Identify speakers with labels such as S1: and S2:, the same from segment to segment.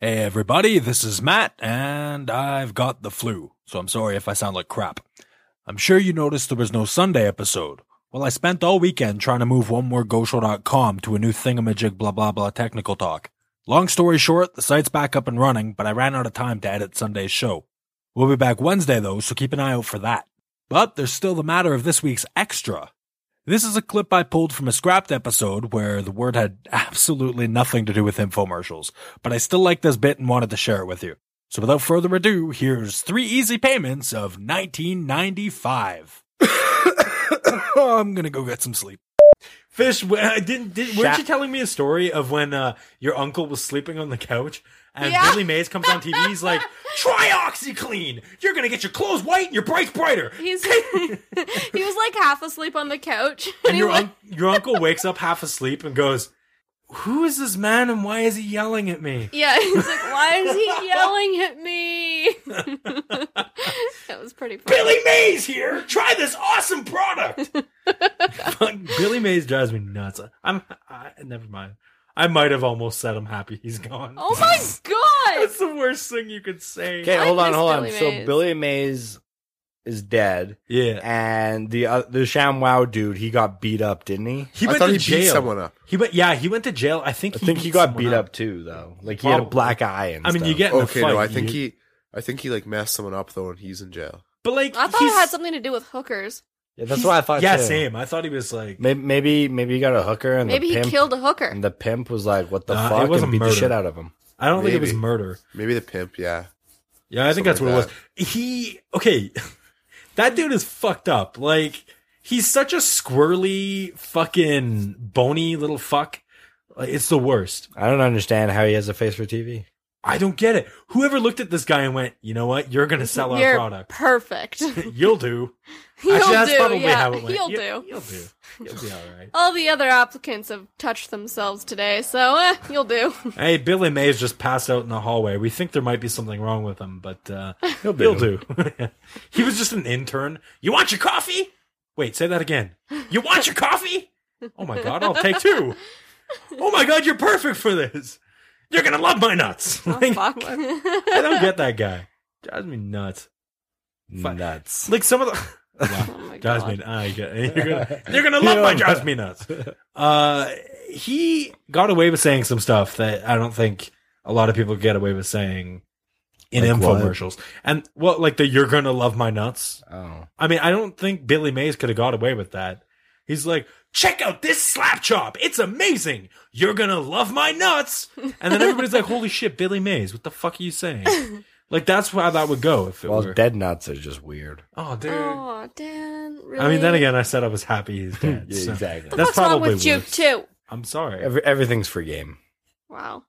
S1: Hey everybody, this is Matt, and I've got the flu, so I'm sorry if I sound like crap. I'm sure you noticed there was no Sunday episode. Well, I spent all weekend trying to move onemoregoshow.com to a new thingamajig blah blah blah technical talk. Long story short, the site's back up and running, but I ran out of time to edit Sunday's show. We'll be back Wednesday though, so keep an eye out for that. But there's still the matter of this week's extra. This is a clip I pulled from a scrapped episode where the word had absolutely nothing to do with infomercials, but I still like this bit and wanted to share it with you. So without further ado, here's three easy payments of 1995. oh, I'm gonna go get some sleep.
S2: Fish, wh- I didn't. Did, weren't
S3: Sha-
S2: you telling me a story of when uh, your uncle was sleeping on the couch and
S3: Yeah.
S2: Billy Mays comes on TV? He's like, "Try OxyClean. You're gonna get your clothes white and your brights brighter."
S3: He's he was like half asleep on the couch.
S2: And
S3: he
S2: your
S3: was-
S2: un- your uncle wakes up half asleep and goes, "Who is this man and why is he yelling at me?"
S3: yeah, he's like, why is he yelling at me? that was pretty funny.
S2: Billy Mays here. Try this awesome product. Fuck, Billy Mays drives me nuts. I'm. I, never mind. I might have almost said I'm happy he's gone.
S3: Oh my
S2: That's the worst thing you could say.
S3: I
S4: Okay, hold on,
S3: miss Billy
S4: hold on.
S3: Mays.
S4: So Billy Mays is dead,
S2: Yeah.
S4: and the uh, the ShamWow dude, he got beat up, didn't he?
S2: He
S5: I
S2: went
S5: thought
S2: to
S5: he beat
S2: jail.
S5: someone up.
S2: He went. Yeah, he went to jail. I think.
S4: I think he got
S2: someone
S4: beat up too, though. Like he had
S2: Probably.
S4: a black eye. And
S2: I mean, you
S4: stuff.
S2: get in
S5: Okay,
S2: a fight.
S5: no, I think
S2: you-
S5: he, I think he like messed someone up though, and he's in jail.
S2: But like,
S3: I thought
S2: he's,
S3: it had something to do with hookers.
S4: Yeah, that's what I thought.
S2: Yeah,
S4: too.
S2: same. I thought he was like.
S4: Maybe, maybe maybe he got a hooker, and
S3: Maybe
S4: the
S3: he
S4: pimp,
S3: killed a hooker.
S4: And the pimp was like, "What the
S2: Nah, Uh, it
S4: fuck?"
S2: wasn't
S4: and beat
S2: murder.
S4: the shit out of him.
S2: I don't think it was
S5: Maybe.
S2: murder.
S5: Maybe the pimp. Yeah,
S2: Yeah, I think that's what
S5: Something
S2: it
S5: like
S2: was. He okay. that dude is fucked up. Like he's such a squirrely, fucking bony little fuck. Like, it's the worst.
S4: I don't understand how he has a face for TV.
S2: I don't get it. Whoever looked at this guy and went, you know what? You're gonna sell our
S3: You're
S2: product.
S3: perfect.
S2: You'll do.
S3: He'll
S2: Actually, that's
S3: do.
S2: probably
S3: yeah,
S2: how it went.
S3: he'll
S2: You-
S3: do.
S2: You'll do. You'll be all right.
S3: All the other applicants have touched themselves today, so eh, you'll do.
S2: Hey, Billy Mays just passed out in the hallway. We think there might be something wrong with him, but uh, he'll, do. he was just an intern. You want your coffee? Wait, say that again. You want your coffee? Oh my god, I'll take two. Oh my god, you're perfect for this. You're gonna love my nuts.
S3: Oh,
S2: Like,
S3: fuck.
S2: what? I don't get that guy. Drives me nuts. Fuck.
S4: Nuts.
S2: Like some of the. Wow.
S3: Oh my
S2: Drives
S3: God.
S2: me. I get it. You're gonna, you're gonna love my drives me nuts. Uh, he got away with saying some stuff that I don't think a lot of people get away with saying in
S4: Like what?
S2: infomercials. And well, like the "You're gonna love my nuts."
S4: Oh,
S2: I mean, I don't think Billy Mays could have got away with that. He's like, "Check out this slap chop. It's amazing. You're gonna love my nuts." And then everybody's like, "Holy shit, Billy Mays! What the fuck are you saying?" Like that's how that would go if it
S4: well,
S2: were.
S4: dead nuts are just weird.
S2: oh, dude.
S3: Oh, Dan. Really?
S2: I mean, then again, I said I was happy he's dead.
S4: Yeah,
S2: so-
S4: exactly.
S2: That's
S3: What's wrong
S2: probably
S3: with you
S2: worse.
S3: too?
S2: I'm sorry.
S4: Every, everything's for game.
S3: Wow.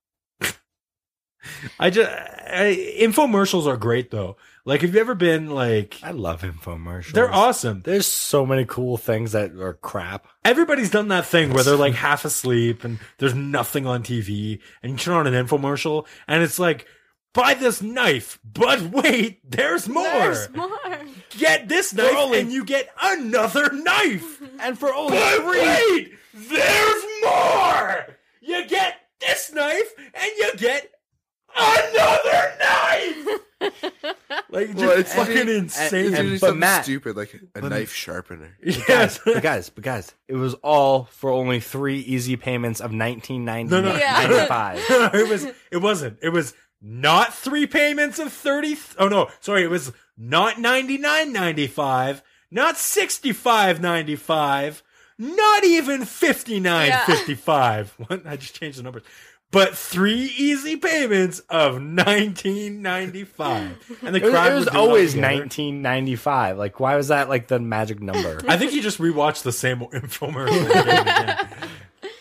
S2: I just I, infomercials are great though. Like, have you ever been like?
S4: I love infomercials.
S2: They're awesome.
S4: There's so many cool things that are crap.
S2: Everybody's done that thing where they're like half asleep and there's nothing on TV, and you turn on an infomercial, and it's like, buy this knife, but wait, there's more.
S3: There's more.
S2: Get this knife, and you get another knife.
S4: And for only
S2: But wait, there's more! You get this knife, and you get another knife! like, just
S5: Well, it's
S2: fucking
S5: usually-
S2: insane.
S5: It's usually
S4: but
S5: something
S4: Matt-
S5: stupid like a knife sharpener.
S2: yes.
S4: but guys, but guys, it was all for only three easy payments of nineteen ninety
S2: no.
S3: Yeah.
S4: five.
S2: it was. It wasn't. It was not three payments of thirty. th- oh no, sorry. It was not ninety nine ninety five. Not sixty five ninety five. Not even fifty nine
S3: Yeah.
S2: fifty five. What? I just changed the numbers. But three easy payments of nineteen ninety five, and the
S4: It was,
S2: crowd
S4: it was
S2: would do it all
S4: always
S2: together.
S4: nineteen ninety five. Like, why was that like the magic number?
S2: I think you just rewatched the same infomercial. again and again.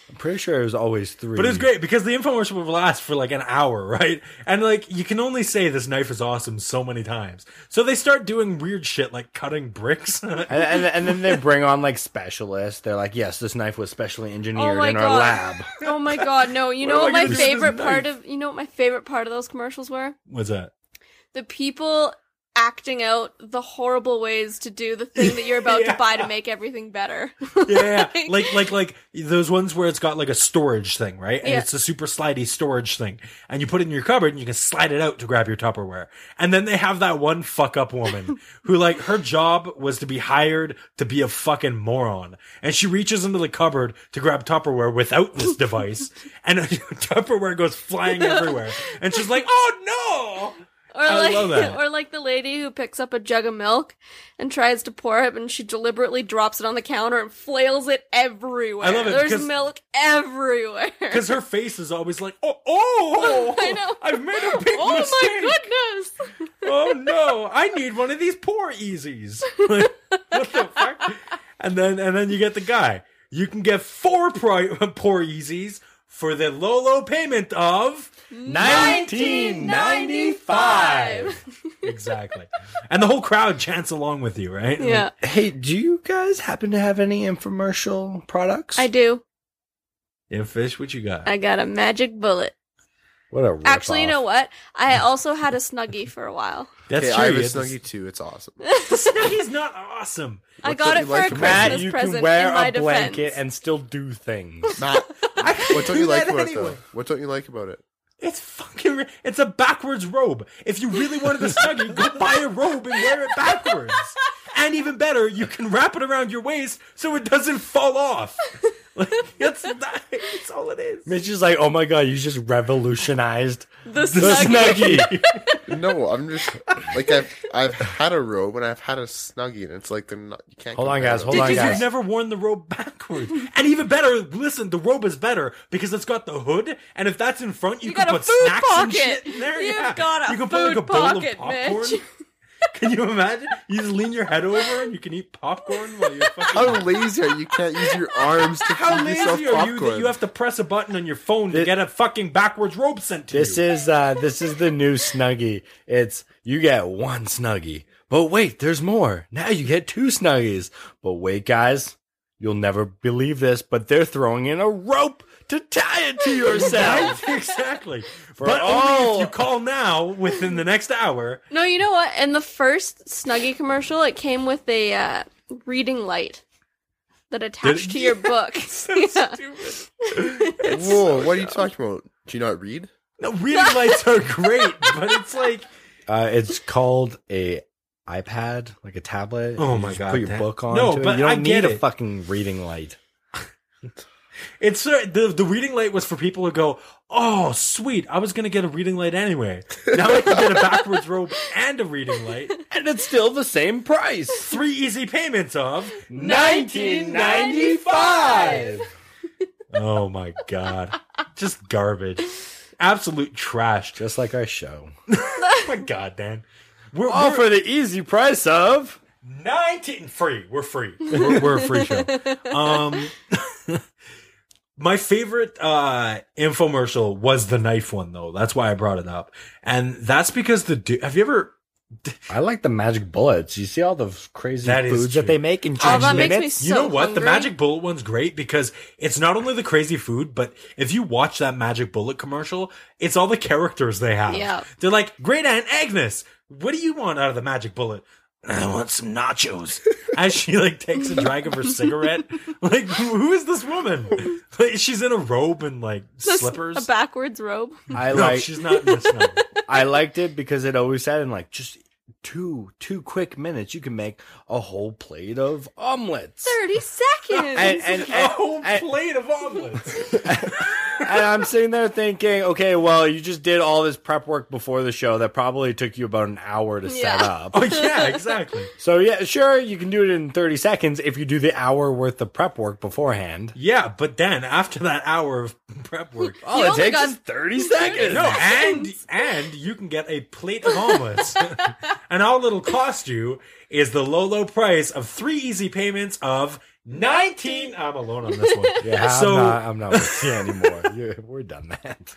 S4: I'm pretty sure it was always three.
S2: But it's great because the infomercial would last for like an hour, right? And like you can only say this knife is awesome so many times. So they start doing weird shit like cutting bricks.
S4: And, and, and then they bring on like specialists. They're like, yes, this knife was specially
S3: Oh
S4: engineered
S3: my
S4: in
S3: god.
S4: our lab.
S3: Oh my god. No, you
S2: What
S3: know
S2: am I
S3: what my
S2: gonna do with this
S3: favorite part
S2: knife?
S3: of you know what my favorite part of those commercials were?
S2: What's that?
S3: The people acting out the horrible ways to do the thing that you're about
S2: Yeah.
S3: to buy to make everything better.
S2: Yeah, like like like those ones where it's got like a storage thing, right? And
S3: Yeah.
S2: it's a super slidey storage thing, and you put it in your cupboard, and you can slide it out to grab your Tupperware. And then they have that one fuck up woman who, like, her job was to be hired to be a fucking moron, and she reaches into the cupboard to grab Tupperware without this device, and Tupperware goes flying everywhere, and she's like, "Oh no!"
S3: Or
S2: I
S3: like,
S2: love that.
S3: or like the lady who picks up a jug of milk and tries to pour it, and she deliberately drops it on the counter and flails it everywhere.
S2: I love it
S3: There's
S2: because-
S3: milk everywhere.
S2: Because her face is always like, "Oh, oh,
S3: I know.
S2: I've made a big
S3: oh
S2: mistake."
S3: my goodness!
S2: oh no, I need one of these poor easies. Like, what the fuck? And then and then you get the guy. You can get four pri- poor easies for the low low payment of
S3: 1995.
S2: exactly. And the whole crowd chants along with you, right?
S3: Yeah,
S4: Hey, do you guys happen to have any infomercial products?
S3: I do.
S2: Yeah, fish, what you got?
S3: I got a magic bullet.
S4: what a
S3: Actually, you know what? I also had a snuggie for a while.
S2: That's
S5: Hey,
S2: true.
S5: I have a
S2: yeah, this-
S5: snuggie too. It's awesome.
S2: Snuggie's not awesome.
S3: I
S5: What's
S3: got
S5: that
S3: it
S5: you
S3: for
S5: like
S3: a Christmas
S5: about-
S4: Matt, you
S3: present.
S4: can wear
S3: in my
S4: a blanket
S3: defense.
S4: and still do things.
S5: Matt, what don't you
S2: do
S5: like
S2: that
S5: about it
S2: anyway.
S5: though? What don't you like about it?
S2: It's fucking. ri- It's a backwards robe. If you really wanted a snuggie, go buy a robe and wear it backwards. And even better, you can wrap it around your waist so it doesn't fall off. Like, that's, that, that's all it is.
S4: Mitch is like, oh my god, you just revolutionized
S3: the
S4: the
S3: snuggie.
S4: Snuggie.
S5: No, I'm just like I've I've had a robe and I've had a snuggie, and it's like they're not. You can't.
S4: Hold on,
S5: compare
S4: guys,
S5: them.
S4: hold on,
S2: Because
S4: guys.
S2: you've never worn the robe backwards. And even better, listen, the robe is better because it's got the hood. And if that's in front, you,
S3: You
S2: can
S3: got a
S2: put
S3: food
S2: snacks and shit
S3: pocket.
S2: in there.
S3: You've
S2: yeah.
S3: got a
S2: you can
S3: food
S2: put like a
S3: pocket,
S2: bowl of popcorn.
S3: Mitch.
S2: Can you imagine? You just lean your head over and you can eat popcorn while you're fucking.
S4: Oh,
S5: How lazy are you? you? Can't use your arms to
S2: How
S5: feed
S2: lazy
S5: yourself
S2: are you that
S5: popcorn.
S2: you have to press a button on your phone to
S4: Thi-
S2: get a fucking backwards robe sent to
S4: This
S2: you?
S4: is uh this is the new Snuggie. It's you get one Snuggie. But wait, there's more. Now you get two Snuggies. But wait, guys, you'll never believe this, but they're throwing in a rope to tie it to yourself.
S2: Right? exactly.
S4: For
S2: but only if
S4: all-
S2: you call now within the next hour.
S3: No, you know what? In the first Snuggie commercial, it came with a uh, reading light that attached to your book. Yeah.
S5: Whoa, what are you talking about? Do you not read?
S2: No, reading lights are great, but it's like
S4: Uh, it's called a iPad, like a tablet.
S2: Oh
S4: You
S2: my
S4: just
S2: God,
S4: Put your
S2: that-
S4: book on.
S2: No,
S4: to it.
S2: but
S4: you don't
S2: I get
S4: need a
S2: it.
S4: fucking reading light.
S2: it's uh, the the reading light was for people who go, oh sweet, I was gonna get a reading light anyway. Now I can get a backwards robe and a reading light.
S4: And it's still the same price.
S2: Three easy payments of.
S3: 1995.
S2: Oh my god, just garbage, absolute trash. Just
S4: Just like our show.
S2: oh my god, Dan. We're,
S4: All
S2: we're-
S4: Oh, for the easy price of
S2: 19 free we're free we're, we're a free show um my favorite uh infomercial was the knife one though that's why i brought it up and that's because the dude have you ever
S4: I like the magic bullets. You see all the crazy
S2: That is
S4: foods that
S2: true.
S4: they make in
S3: Oh,
S4: change
S3: that makes me
S4: minutes.
S3: so
S2: you know what the
S3: hungry.
S2: magic bullet one's great because it's not only the crazy food but if you watch that magic bullet commercial it's all the characters they have
S3: Yeah.
S2: they're like great aunt agnes what do you want out of the magic bullet I want some nachos. As she like takes a drag of her cigarette, like who is this woman? Like she's in a robe and like
S3: Just
S2: slippers.
S3: A backwards robe.
S4: I
S2: no,
S4: like
S2: she's not. in this, no.
S4: I liked it because it always said in like just two two quick minutes you can make a whole plate of omelets.
S3: 30 seconds.
S4: And, and,
S2: A
S4: and,
S2: whole
S4: and-
S2: plate of omelets.
S4: and I'm sitting there thinking, okay, well, you just did all this prep work before the show that probably took you about an hour to set
S3: Yeah.
S4: up.
S2: oh yeah, exactly.
S4: So yeah, sure, you can do it in 30 seconds if you do the hour worth of prep work beforehand.
S2: Yeah, but then after that hour of prep work,
S4: All
S3: You
S4: Oh, it
S3: only
S4: takes
S3: got
S4: is 30 seconds.
S2: No, and and you can get a plate of omelets, and all it'll cost you is the low low price of three easy payments of nineteen. I'm alone on this one.
S4: Yeah, I'm
S2: so
S4: not, I'm not with you anymore. You- we're done that.